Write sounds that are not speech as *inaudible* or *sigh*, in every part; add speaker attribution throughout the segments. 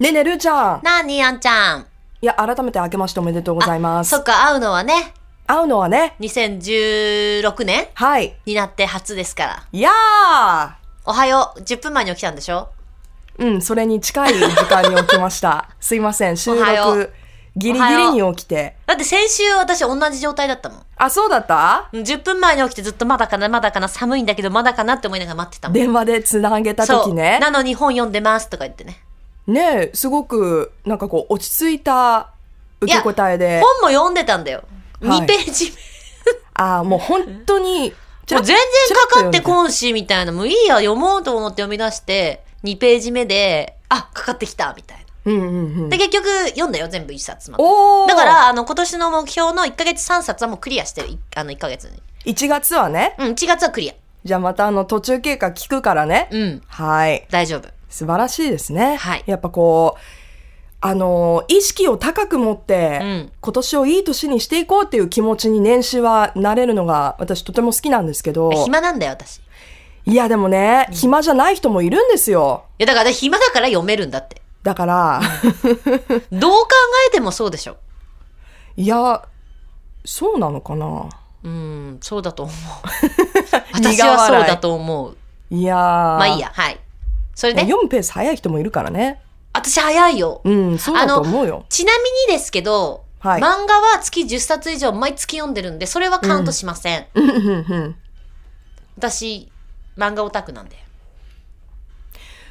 Speaker 1: ねえねえ、るーちゃん。
Speaker 2: なあに、あんちゃん。
Speaker 1: いや、改めて明けましておめでとうございます
Speaker 2: そ。っか、会うのはね、
Speaker 1: 会うのはね、
Speaker 2: 2016年
Speaker 1: はい。
Speaker 2: になって初ですから。
Speaker 1: いやー
Speaker 2: おはよう。10分前に起きたんでしょ
Speaker 1: うん、それに近い時間に起きま
Speaker 2: *laughs*
Speaker 1: した。すいません、収
Speaker 2: おはよ
Speaker 1: 録
Speaker 2: う、
Speaker 1: ギリギリに起きて。
Speaker 2: だって先週私同じ状態だったもん。
Speaker 1: あ、そうだった
Speaker 2: うん10分前に起きてずっとまだかな、まだかな、寒いんだけどまだかなって思いながら待ってたもん。
Speaker 1: 電話で繋げた
Speaker 2: そう。
Speaker 1: 時ね。
Speaker 2: なのに本読んでますとか言ってね。
Speaker 1: ねえ、すごく、なんかこう、落ち着いた受け答えで。
Speaker 2: 本も読んでたんだよ。
Speaker 1: はい
Speaker 2: 2ページ
Speaker 1: あー、もう本当に、ち
Speaker 2: 目。
Speaker 1: ょ
Speaker 2: もう全然かかって
Speaker 1: ん。
Speaker 2: こんし、みたいな。もういいや、読もうと思って読み出して、2ページ目で、あ、かかってきた、みたいな。
Speaker 1: うんうんうん
Speaker 2: で、。結局読んだよ、全部1冊まとめて
Speaker 1: おー
Speaker 2: だか、ら、あの、今年の目標の1ヶ月3冊はもうクリアしてる。いあの、1ヶ月に。
Speaker 1: 1月はね、
Speaker 2: うん、1月はクリア。
Speaker 1: じゃあまたあの、途中経過聞くからね。
Speaker 2: うん、
Speaker 1: はい。
Speaker 2: 大丈夫。
Speaker 1: 素晴らしいですね。
Speaker 2: はい
Speaker 1: やっぱこう、あのー意識を高く持って、
Speaker 2: うん
Speaker 1: 今年をいい年にしていこうっていう気持ちに年始はなれるのが私とても好きなんですけど、
Speaker 2: 暇なんだよ、私。い
Speaker 1: いやでもね、暇じゃない人もいるんですよ。
Speaker 2: や、だから暇だから読めるんだって。
Speaker 1: だ
Speaker 2: *laughs*
Speaker 1: から、
Speaker 2: どう考えてもそうでしょ。
Speaker 1: いや、そうなのかな
Speaker 2: うん、そうだと
Speaker 1: *laughs*
Speaker 2: 思う。私はそうだと思う。
Speaker 1: いやー
Speaker 2: まあいいや、はい。それで、
Speaker 1: 読むペース早い人もいるからね。
Speaker 2: 私早いよ。
Speaker 1: うん、そうだと思うよ。
Speaker 2: ちなみにですけど、
Speaker 1: はい
Speaker 2: 漫画は月10冊以上毎月読んでるんで、それはカウントしません。
Speaker 1: うんうんうん
Speaker 2: 私、漫画オタクなんで。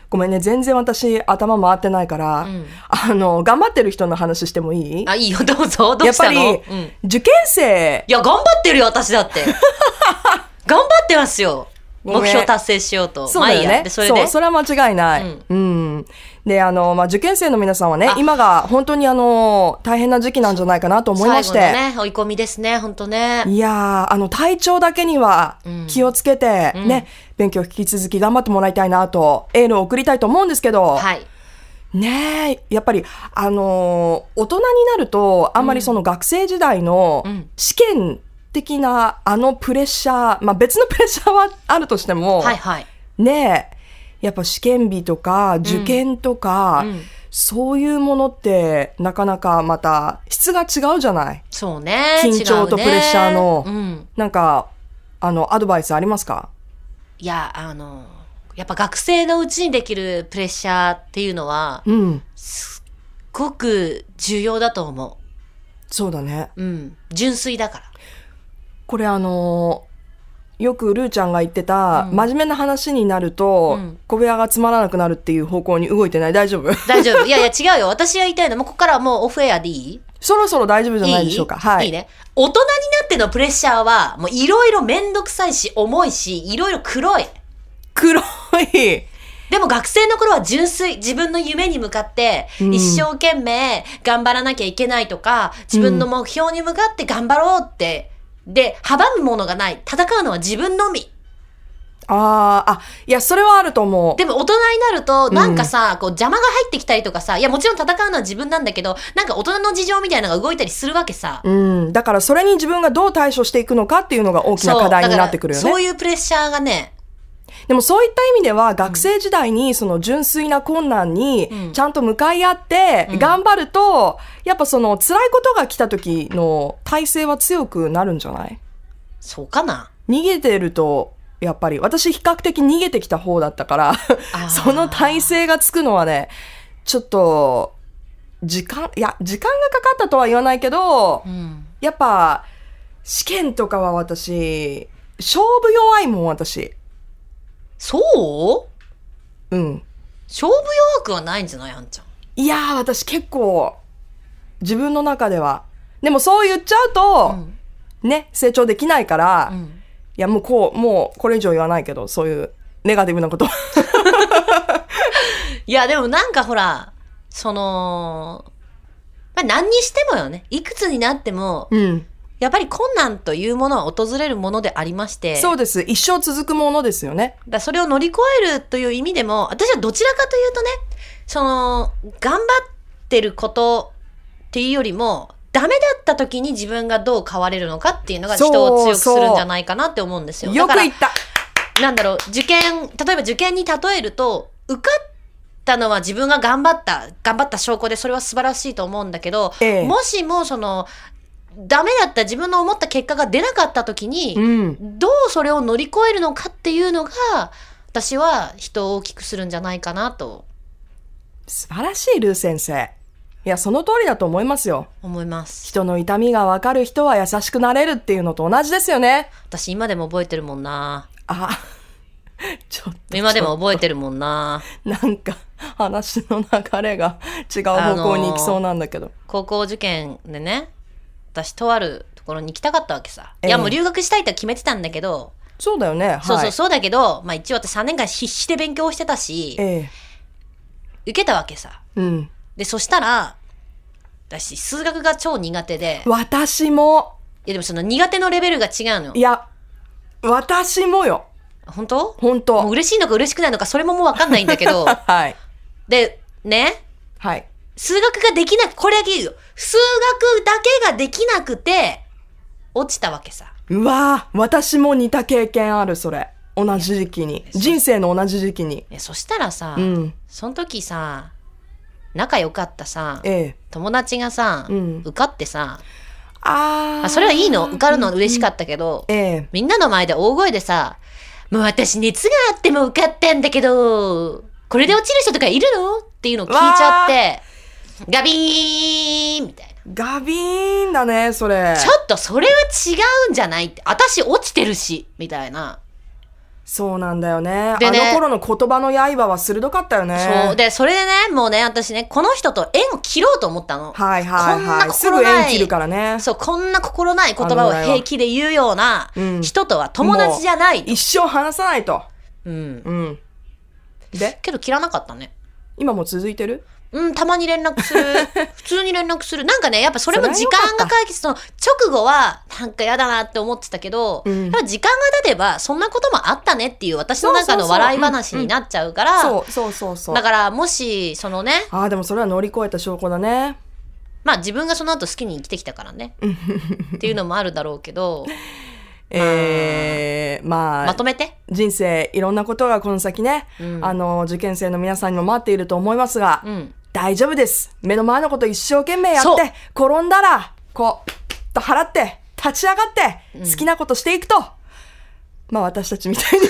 Speaker 1: ごめんね、全然私頭回ってないから、
Speaker 2: ん
Speaker 1: あの、頑張ってる人の話してもいい
Speaker 2: あ、いいよ、どうぞ。どうしたの
Speaker 1: やっぱ
Speaker 2: う
Speaker 1: り、
Speaker 2: ん
Speaker 1: 受験生
Speaker 2: いや、頑張ってるよ、私
Speaker 1: *laughs*
Speaker 2: だって。頑張ってますよ。
Speaker 1: ごめん
Speaker 2: 目標達成しようと。
Speaker 1: そうだよ
Speaker 2: まあいい
Speaker 1: ね
Speaker 2: や。で、それで。
Speaker 1: う、それは間違いない。うん。で、あの、まあ、受験生の皆さんはね
Speaker 2: あ、
Speaker 1: 今が本当にあの、大変な時期なんじゃないかなと思いまして。
Speaker 2: 最後のね、追い込みですね、ほんとね。
Speaker 1: いやー、あの、体調だけには
Speaker 2: うん
Speaker 1: 気をつけて、
Speaker 2: うん
Speaker 1: ね、勉強引き続き頑張ってもらいたいなと、エールを送りたいと思うんですけど、
Speaker 2: はい。
Speaker 1: ねえ、やっぱり、あのー大人になると、あんまりその学生時代の
Speaker 2: うん
Speaker 1: 試験的なあのプレッシャー、まあ、別のプレッシャーはあるとしても、
Speaker 2: はいはい。
Speaker 1: ねえ、やっぱ試験日とか受験とか、
Speaker 2: うん
Speaker 1: そういうものってなかなかまた質が違うじゃない
Speaker 2: そうね。
Speaker 1: 緊張と
Speaker 2: 違うね
Speaker 1: プレッシャーの
Speaker 2: うん。
Speaker 1: なんか、あの、アドバイスありますか
Speaker 2: いや、あの、やっぱ学生のうちにできるプレッシャーっていうのは、
Speaker 1: うん。
Speaker 2: すごく重要だと思
Speaker 1: そうだね。
Speaker 2: う。うん。純粋だから。
Speaker 1: これあのーよくルーちゃんが言ってた、真面目な話になると、
Speaker 2: うん
Speaker 1: 小部屋がつまらなくなるっていう方向に動いてない大丈夫 *laughs*
Speaker 2: 大丈夫。いやいや、違うよ。私が言いたいのは、もうここからはもうオフエアでいい
Speaker 1: そろそろ大丈夫じゃないでしょうか。
Speaker 2: いい
Speaker 1: はい。
Speaker 2: いいね。大人になってのプレッシャーは、もういろいろめんどくさいし、重いし、いろいろ黒い。
Speaker 1: 黒い。
Speaker 2: でも学生の頃は純粋、自分の夢に向かって、
Speaker 1: うん
Speaker 2: 一生懸命頑張らなきゃいけないとか、自分の目標に向かって頑張ろうって、で、阻むものがない。戦うのは自分のみ。
Speaker 1: あーあ、いや、それはあると思う。
Speaker 2: でも大人になると、なんかさ、こう邪魔が入ってきたりとかさ、いやもちろん戦うのは自分なんだけど、なんか大人の事情みたいなのが動いたりするわけさ。
Speaker 1: うん、だからそれに自分がどう対処していくのかっていうのが大きな
Speaker 2: そう
Speaker 1: 課題
Speaker 2: だ
Speaker 1: に
Speaker 2: から
Speaker 1: なってくるよ
Speaker 2: そう
Speaker 1: ね。
Speaker 2: いうプレッシャーがね、
Speaker 1: でもそういった意味では学生時代にその純粋な困難
Speaker 2: う
Speaker 1: に
Speaker 2: ん
Speaker 1: ちゃんと向かい合って
Speaker 2: うん
Speaker 1: 頑張ると、やっぱその辛いことが来た時の体制は強くなるんじゃない
Speaker 2: そうかな。
Speaker 1: 逃げてると、やっぱり私比較的逃げてきた方だったから
Speaker 2: あ
Speaker 1: *laughs*
Speaker 2: ー、
Speaker 1: その体制がつくのはね、ちょっと、時間、いや、時間がかかったとは言わないけど、
Speaker 2: うん。
Speaker 1: やっぱ、試験とかは私、勝負弱いもん、私。
Speaker 2: そう
Speaker 1: うん。
Speaker 2: 勝負弱くはないんじゃないあんちゃん。
Speaker 1: いやー、私結構、自分の中では。でもそう言っちゃうと、
Speaker 2: うん
Speaker 1: ね、成長できないから、
Speaker 2: う
Speaker 1: い
Speaker 2: ん。
Speaker 1: や、もうこう、もうこれ以上言わないけど、そういうネガティブな
Speaker 2: *laughs*
Speaker 1: こと。
Speaker 2: いや、でもなんかほら、その、まあ、何にしてもよね。いくつになっても、
Speaker 1: うん。
Speaker 2: やっぱり困難というものは訪れるものでありまして、
Speaker 1: そうです。一生続くものですよね。
Speaker 2: だそれを乗り越えるという意味でも、私はどちらかというとね、その、頑張ってることっていうよりも、ダメだった時に自分がどう変われるのかっていうのが人を強くするんじゃないかなって思うんですよ。
Speaker 1: よ
Speaker 2: だ
Speaker 1: く
Speaker 2: から
Speaker 1: 言った。
Speaker 2: なんだろう、受験、例えば受験に例えると、受かっったのは自分が頑張った、頑張った証拠でそれは素晴らしいと思うんだけど、
Speaker 1: ええ
Speaker 2: もしもその、ダメだった自分の思った結果が出なかった時に、
Speaker 1: うん。
Speaker 2: どうそれを乗り越えるのかっていうのが、私は人を大きくするんじゃないかなと
Speaker 1: 素晴らしい、ルー先生。いや、その通りだと思いますよ。
Speaker 2: 思います。
Speaker 1: 人の痛みがわかる人は優しくなれるっていうのと同じですよね。
Speaker 2: 私今でも覚えてるもんな。
Speaker 1: あ、ちょっと。
Speaker 2: 今でも
Speaker 1: ち
Speaker 2: 覚えてるもんな。
Speaker 1: ょっと。なんか、話の流れが違う方向に行きそうなんだけど。
Speaker 2: 高校受験でね、私とあるところに行きたかったわけさ。い
Speaker 1: ええ
Speaker 2: やもう留学したいって決めてたんだけど、
Speaker 1: そうだよね。はい。
Speaker 2: そうそうそうだけど、まあ一応私3年間必死で勉強してたし、
Speaker 1: ええ。
Speaker 2: 受けたわけさ。
Speaker 1: うん。
Speaker 2: で、そしたら、私数学が超苦手で、い
Speaker 1: 私も、
Speaker 2: やでもその苦手のレベルが違うの
Speaker 1: い
Speaker 2: よ。
Speaker 1: や、私もよ。
Speaker 2: 本当
Speaker 1: 本
Speaker 2: もう
Speaker 1: 当
Speaker 2: 嬉しいのか嬉しくないのか、それももうわかんないんだけ
Speaker 1: *laughs*
Speaker 2: ど。
Speaker 1: はい。
Speaker 2: で、ね、
Speaker 1: はい。
Speaker 2: 数学ができなく、これだけ言うよ。数学だけができなくて、落ちたわけさ。
Speaker 1: うわぁ、私も似た経験ある、それ。同じ時期に。人生の同じ時期に。
Speaker 2: えそしたらさ、
Speaker 1: うん。
Speaker 2: その時さ、仲良かったさ、
Speaker 1: ええ。
Speaker 2: 友達がさ、
Speaker 1: うん
Speaker 2: 受かってさ、
Speaker 1: あー
Speaker 2: あ、それはいいの受かるの嬉しかったけど、
Speaker 1: ええ。
Speaker 2: みんなの前で大声でさ、もう私熱があっても受かったんだけど、これで落ちる人とかいるのっていうのを聞いちゃって、ガビーンみたいな。
Speaker 1: ガビーンだね、それ。
Speaker 2: ちょっとそれは違うんじゃないって。私落ちてるし、みたいな。
Speaker 1: そうなんだよね
Speaker 2: でね
Speaker 1: あの頃の言葉の刃は鋭かったよね。
Speaker 2: そう。で、それでね、もうね、私ね、この人と縁を切ろうと思ったの。
Speaker 1: はいはい
Speaker 2: こんな
Speaker 1: はい。す
Speaker 2: 心
Speaker 1: ぐ
Speaker 2: ない
Speaker 1: 縁切るからね。
Speaker 2: そう、こんな心ない言葉を平気で言うような
Speaker 1: うん
Speaker 2: 人とは友達じゃない。
Speaker 1: 一生話さないと。
Speaker 2: うん。
Speaker 1: うん。で、
Speaker 2: けど切らなかったね。
Speaker 1: 今も続いてる
Speaker 2: うん、たまに連絡
Speaker 1: *laughs*
Speaker 2: する。普通に連絡する。なんかね、やっぱそれも
Speaker 1: そ
Speaker 2: 時
Speaker 1: れはよか
Speaker 2: 間
Speaker 1: った
Speaker 2: が解決、その直後は、なんか嫌だなって思ってたけど、
Speaker 1: うん
Speaker 2: やっぱ時間が経てば、そんなこともあったねっていう私の中
Speaker 1: そうそうそう
Speaker 2: の笑い話になっちゃうから、
Speaker 1: そうそうそうそう。
Speaker 2: だからもし、そのね、
Speaker 1: ああ、でもそれは乗り越えた証拠だね。
Speaker 2: まあ自分がその後好きに生きてきたからね。
Speaker 1: *laughs*
Speaker 2: っていうのもあるだろうけど、
Speaker 1: えー、まあ、
Speaker 2: まとめて。
Speaker 1: 人生いろんなことがこの先ね、
Speaker 2: うん
Speaker 1: あの、受験生の皆さんにも待っていると思いますが、
Speaker 2: うん。
Speaker 1: 大丈夫です。目の前のこと一生懸命やっ
Speaker 2: そう
Speaker 1: て、転んだら、こう、ピッと払って、立ち上がって、好きなことしていくと、まあ私たちみたいに *laughs*